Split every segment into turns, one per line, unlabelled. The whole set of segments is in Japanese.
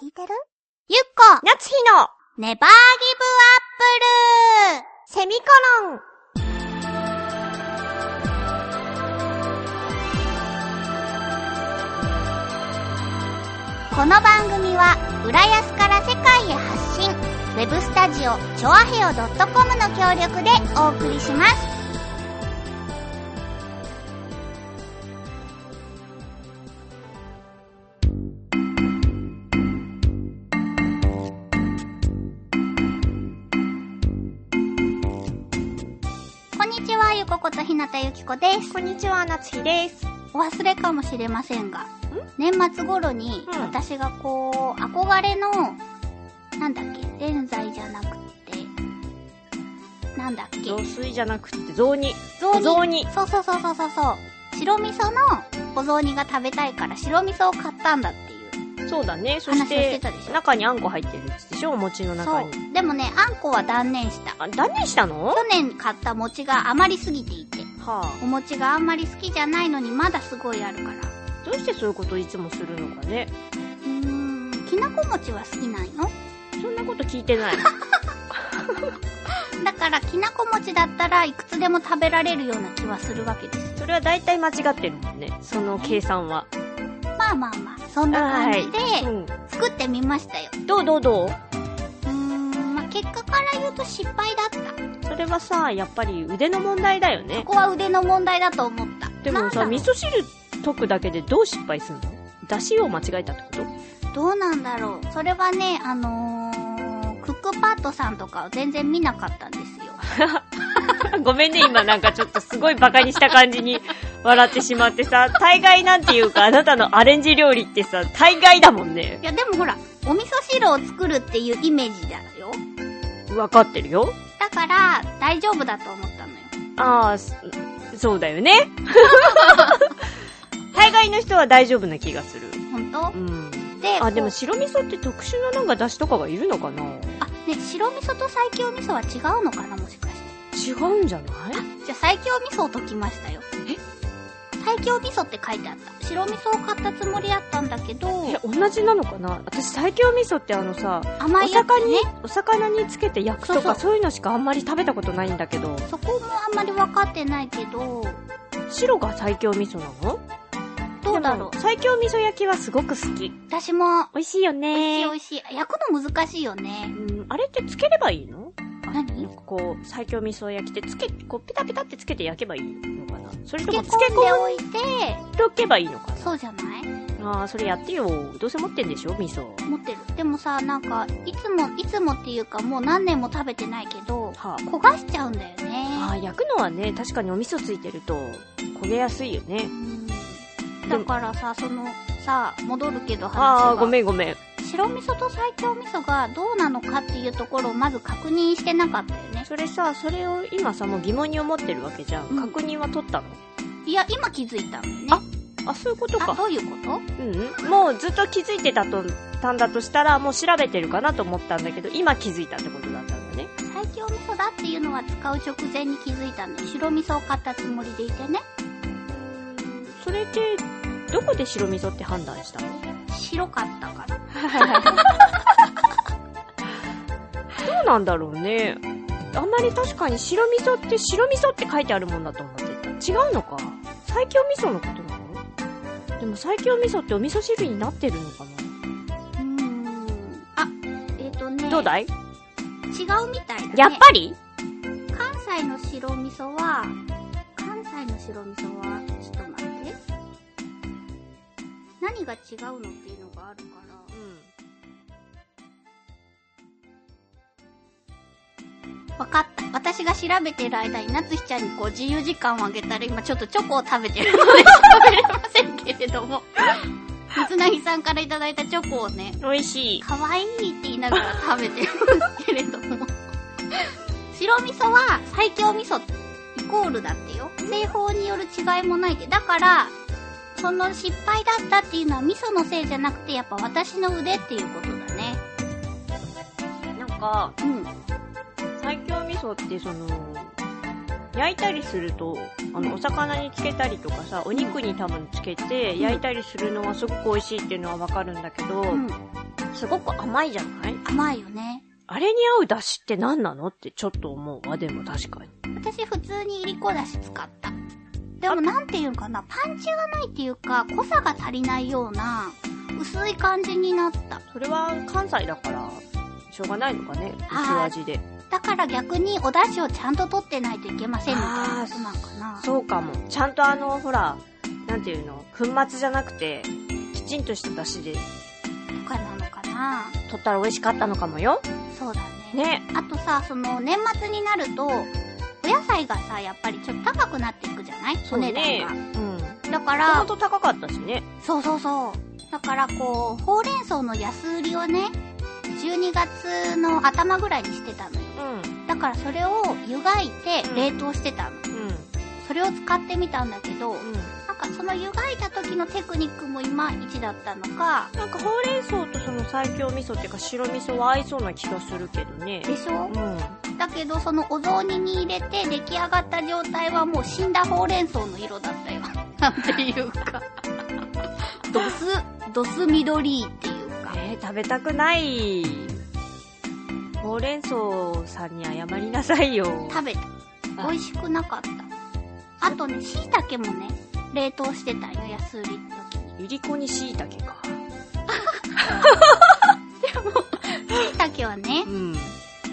聞いてるゆっこ
夏日の
ネバーギブアップルセミコロンこの番組は浦安から世界へ発信ウェブスタジオチョアヘオ .com の協力でお送りしますこんにちはゆこことひなたゆきこです
こんにちは、夏日です。
お忘れかもしれませんが、年末頃に
うん
私がこう、憧れの、なんだっけ、現在じゃなくて、なんだっけ、
雑炊じゃなくて、雑煮。
雑煮
お雑煮。
そうそうそうそうそうそう、白味噌のお雑煮が食べたいから白味噌を買ったんだっていう。
そうだね。そ
話をし
し
て
て
たでしょ、
中にあんこ入ってるやつでしょお餅の中
そ
に。
う。でもね、あんこは断念した。
あ、断念したのは
去年買った餅が余りすぎていて、
あ。
お餅があんまり好きじゃないのにまだすごいあるから。
どうしてそういうこといつもするのかね。
うーん、きなこ餅は好きなんよ。
そんなこと聞いて ない。
だからきなこ餅だったらいくつでも食べられるような気はするわけです
それは大体間違ってるもんね。その計算は。
まあまあまあそんな感じで
う
作ってみましたよ、
ん。どうどうどう
うーんまあ結果から言うと失敗だった
それはさ、やっぱり腕の問題だよ
こ
ね。
こは腕の問題だと思った
でもさ、
なんだ
味
ろ
噌汁溶くだけでどう失敗するの出汁を間違えたってこと
うどうなんだろうそれはねあのー、クックパッドさんとかを全然見なかったんですよ
ごめんね、今なんかちょっとすごいバカにした感じに笑ってしまってさ、大概なんていうか、あなたのアレンジ料理ってさ、大概だもんね
い。やでもほらお味噌汁を作るっていうイメージだよ
わかってるよ。
だから大丈夫だと思ったのよ
ああ、すそうだよね。 大概の人は大丈夫な気がする。
本当
うん。
で
あ、でも
こ
白味噌って特殊ななんか出汁とかがいるのかな
うあね白味噌と最強味噌は違うのかなもしかして
違うんじゃない
じゃあ最強味噌を溶きましたよ。
え
最強味噌って書いてあった。白味噌を買ったつもりだったんだけど、
え、同じなのかな私最強味噌ってあのさ、
甘
お
いやつ
魚に
ね。、
お魚につけて焼くと
そう
か
そう
そういうのしかあんまり食べたことないんだけど、
そこもあんまり分かってないけど、
白が最強味噌なの
どうだろう。
最強味噌焼きはすごく好き。
私も、
美味しいよ
美味しい
ね
美味しい。焼くの難しいよね。
うん、あれってつければいいの
何
なんかこう、最強味噌焼きってつけ、こう、ペタペタってつけて焼けばいいのかなそれとも
漬
つけ
け込んで
込
おいて、
んでおけばいいのか
そうじゃない
なあーそれやってよ。どうせ持ってんでしょ味噌。
持ってる。でもさ、なんか、いつも、いつもっていうかもう何年も食べてないけど、
は
焦がしちゃうんだよ
あ。あ
ね。
ー焼くのはね、確かにお味噌ついてると、焦げやすいよね
う。んだからさ、その、さ、戻るけど話が。
ああ、ごめんごめん。
白味噌と最強味噌がどうなのかっていうところをまず確認してなかったよね
それさ、それを今さ、もう疑問に思ってるわけじゃん。
うん
確認は取ったの
いや今気づいたんだよね
ああ、そういうこと
あ
か。
どういうこと
うん、もうずっと気づいてたと、たんだとしたら、もう調べてるかなと思ったんだけど、今気づいたってことだったんだね。
最強味噌だっていうのは使う直前に気づいたのよ白味噌を買ったつもりでいてね
それで、どこで白味噌って判断したの
白かったから
どうなんだろうね。あんまり確かに白味噌って白味噌って書いてあるもんだと思ってた。違うのか。最強味噌のことなのでも最強味噌ってお味噌汁になってるのか
うーんあえっ、とね
などうだい
違うみたいだね
やっぱり
関西の白味噌は関西の白味噌はちょっと待って何が違うのっていうのがあるから分かった。私が調べてる間に、夏日ちゃんにこう自由時間をあげたら、今ちょっとチョコを食べてるので食べれませんけれども。水なぎさんからいただいたチョコをね、
うん。美味しい。
可愛いって言いながら食べてるんですけれども。白味噌は最強味噌イコールだってよ。製法による違いもないって。だから、その失敗だったっていうのは味噌のせいじゃなくて、やっぱ私の腕っていうことだね。
なんか、
うん。
最強味噌ってその焼いたりするとあ
うん
のお魚につけたりとかさお肉に多分つけて
ん
焼いたりするのはすごく美味しいっていうのはわかるんだけど、
うん。
すごく甘いじゃない
甘いよね。
あれに合う出汁って何なのってちょっと思うわ、でも確かに。
私普通にいりこだし使った。でもなんていうんかな、パンチがないっていうか、濃さが足りないような、薄い感じになった。
それは関西だから、しょうがないのかね、薄味で。
だから逆にお出汁をちゃんと取ってないといけませんみたいなことなんかな。
そうかも。ちゃんとあの、ほら、なんていうの、粉末じゃなくて、きちんとした出汁で
とかなのかな。
取ったら美味しかったのかもよ。
そうだね。
ね。
あとさ、その年末になると、お野菜がさ、やっぱりちょっと高くなっていくじゃないお値段が。
うん。
だか
もとも
ら、
と高かったしね。
そうそうそう。だからこう、ほうれん草の安売りをね、12月の頭ぐらいにしてたのよ。
う
だからそれを湯がいて
うん
冷凍してたの。
ん。うん。
それを使ってみたんだけど、
う
なんかその湯がいた時のテクニックもいまいちだったのか、
ん。なんかほうれん草とその最強味噌っていうか白味噌は合いそうな気がするけどね。
でしょ
うん。
だけどそのお雑煮に入れて出来上がった状態はもう死んだほうれん草の色だったよ。 なんていうか。ドス、ドス緑っていうか。
えー、食べたくない。ほうれん草さんに謝りなさいよ。
食べた。
あ
美味しくなかった。あとね、椎茸もね、冷凍してたよ、安売りの時に。
ゆりこにしいたけか。
椎茸はね
う、ん。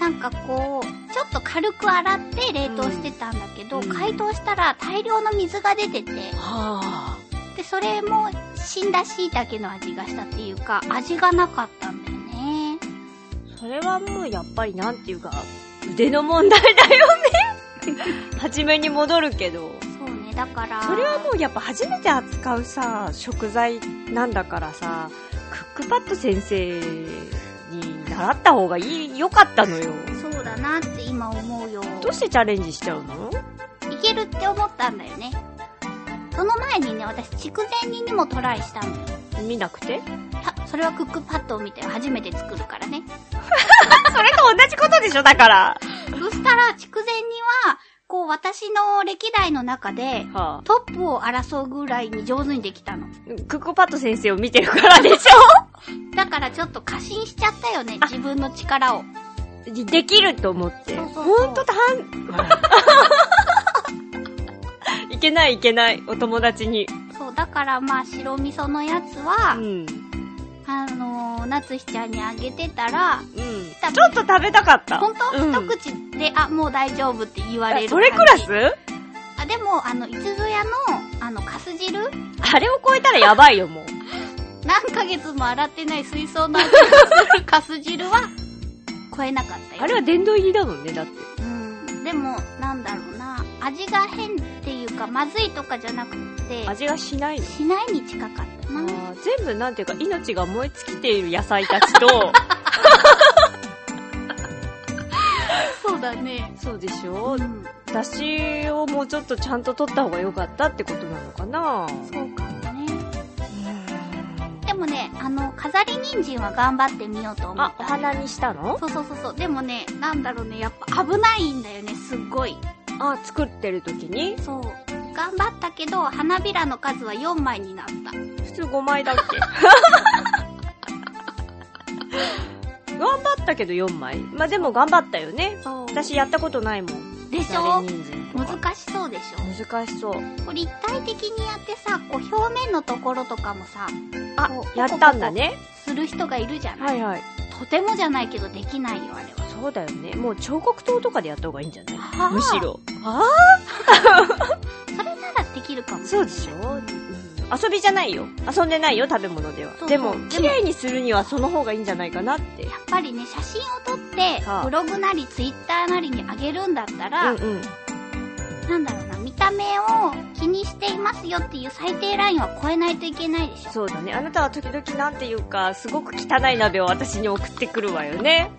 なんかこう、ちょっと軽く洗って冷凍してたんだけど、
うん
解凍したら大量の水が出てて、
はあ。
で、それも死んだ椎茸の味がしたっていうか、味がなかったんだよね。
それはもうやっぱりなんていうか、腕の問題だよ ね。初めに戻るけど。
そうね、だから。
それはもうやっぱ初めて扱うさ、食材なんだからさ、クックパッド先生に習った方がいい、良かったのよ。
そうだなって今思うよ。
どうしてチャレンジしちゃうの
いけるって思ったんだよね。その前にね、私、筑前煮にもトライしたのよ。
見なくて
たそれはクックパッドを見て初めて作るからね。
それと同じことでしょだから。
そしたら、筑前煮は、こう、私の歴代の中で、
はあ、
トップを争うぐらいに上手にできたの。
クックパッド先生を見てるからでし
だからちょっと過信しちゃったよね、自分の力を。
ょ でできると思って。
そうそうそう
ほんとだん いけないいけない、お友達に。
そう、だからまあ白味噌のやつ
う
は、
ん。
あのー、夏日ちゃんにあげてたら、
うん。ちょっと食べたかった。
ほんと、
うん
一口で、あ、もう大丈夫って言われる
それクラス
感じあ、でも、あの、いつぞやの、あの、カス汁
あれを超えたらやばいよ、もう。
何ヶ月も洗ってない水槽の味がする カス汁は、超えなかったよ。
あれは殿堂入りだもんね、だっ
う
て。
ん。でも、なんだろうな、味が変っていうか、まずいとかじゃなくて、
味がしないの。
しないに近かったな。
あー全部なんていうか、命が燃え尽きている野菜たちと、
そうだね。
そうでし
う
ょ
ん。
だしをもうちょっとちゃんと取った方が良かったってことなのかな
そうかもね。でもね、あの、飾り人参は頑張ってみようと思っ
あ、お
た。
花にしたの
そうそうそうそう。でもね、なんだろうね、やっぱ危ないんだよね、すっごい。
あ、作ってる時に
そう。頑張ったけど、花びらの数は4枚になった。
普通5枚だっけ 頑張ったけど4枚。まあ、でも頑張ったよね。
そう。
私やったことないもん。
でし
誰
ょ
にんじんとか
難しそうでし
難しそう。
ょこう立体的にやってさ、こう表面のところとかもさ、
あ
こう、
やったんだね。
する人がいるじゃない、
いはい。
とてもじゃないけどできないよ、あれは。
そうだよね。もう彫刻刀とかでやった方がいいんじゃない
あー
むしろ。あ
それならできるかも
あ
しれ
そ
な
う
い。
でしょ、遊びじゃないよ。遊んでないよ、食べ物では。
そうそう
でも
でも、
綺麗にするにはその方がいいんじゃないかなって。
やっぱりね、写真を撮って
は、あ
ブログなりツイッターなりにあげるんだったら、
うんうん。
なんだろうな、見た目を気にしていますよっていう最低ラインは超えないといけないでしょ。
そうだね。あなたは時々なんていうか、すごく汚い鍋を私に送ってくるわよね。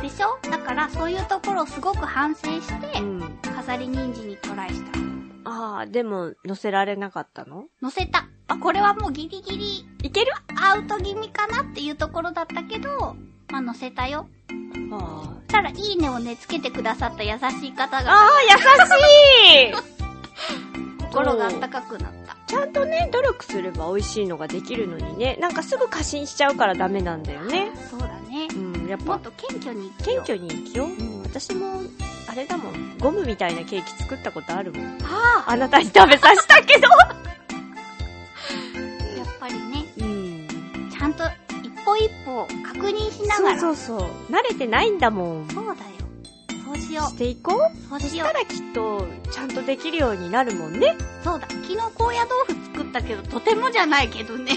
でしょだからそういうところをすごく反省して
う、ん。
飾り人参にトライした。
ああ、でも、乗せられなかったの
乗せた。あ、これはもうギリギリ
いける
アウト気味かなっていうところだったけど、まあ乗せたよ。
あ
そしたらいいねをね、つけてくださった優しい方
あ。
が、
ああ、優しい
こ心が温かくなった。
ちゃんとね、努力すれば美味しいのができるのにね、なんかすぐ過信しちゃうからダメなんだよね。
そうだね
う。ん、やっ
も
ぱ
っ、と謙虚に生き
謙
よう。
虚に生きよう。うん、私も、あれだもん、ゴムみたいなケーキ作ったことあるもん。
あ
あなたに食べさせた けど。
あ、やっぱりね、
うん。
ちゃんと一歩一歩確認しながら。
そうそうそう。慣れてないんだもん。し
そうだよ。そうしよ
ていこう。
う。そう
そ
し
し
よ
たらきっと、ちゃんとできるようになるもんね。
う。そうだ。昨日高野豆腐作ったけど、とてもじゃないけどね。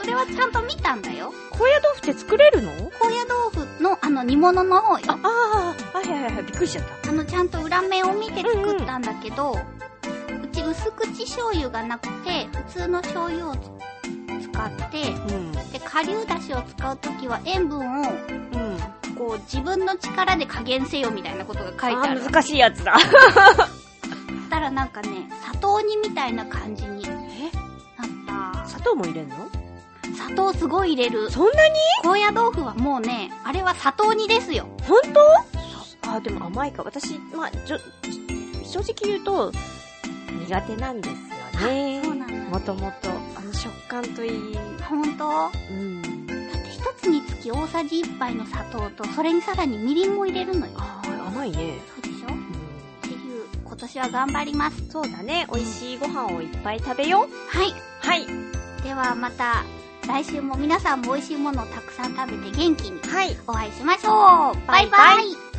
それはちゃんと見たんだよ。
高野豆腐って作れるの
高野豆腐のあの煮物の方よ。
ああー、はいはいはい、びっくりしちゃった。
あの、ちゃんと裏面を見て作ったんだけど、うち薄口醤油がなくて、普通の醤油をつ使って、
うん。
で、顆粒だしを使うときは塩分を、
うん。
こう、自分の力で加減せよみたいなことが書いてあ
あ
る。
ー難しいやつだ。
そしたらなんかね、砂糖煮みたいな感じになっ
え
た。
砂糖も入れんの
砂糖すごい入れる。
そんなに
高野豆腐はもうね、あれは砂糖煮ですよ。
本当あ、でも甘いか。私、まあ、じょ、正直言うと、苦手なんですよね。
そうなんだ
もともと、あの食感といい。
ほんと
うん。
だって一つにつき大さじ一杯の砂糖と、それにさらにみりんも入れるのよ。
あー甘いね。
そうでしょっていう、今年は頑張ります。
そうだね。美味しいご飯をいっぱい食べよう。
はい。
はい。
ではまた、来週も皆さんも美味しいものをたくさん食べて元気に
はい。
お会いしましょうバイバイ
バイバイ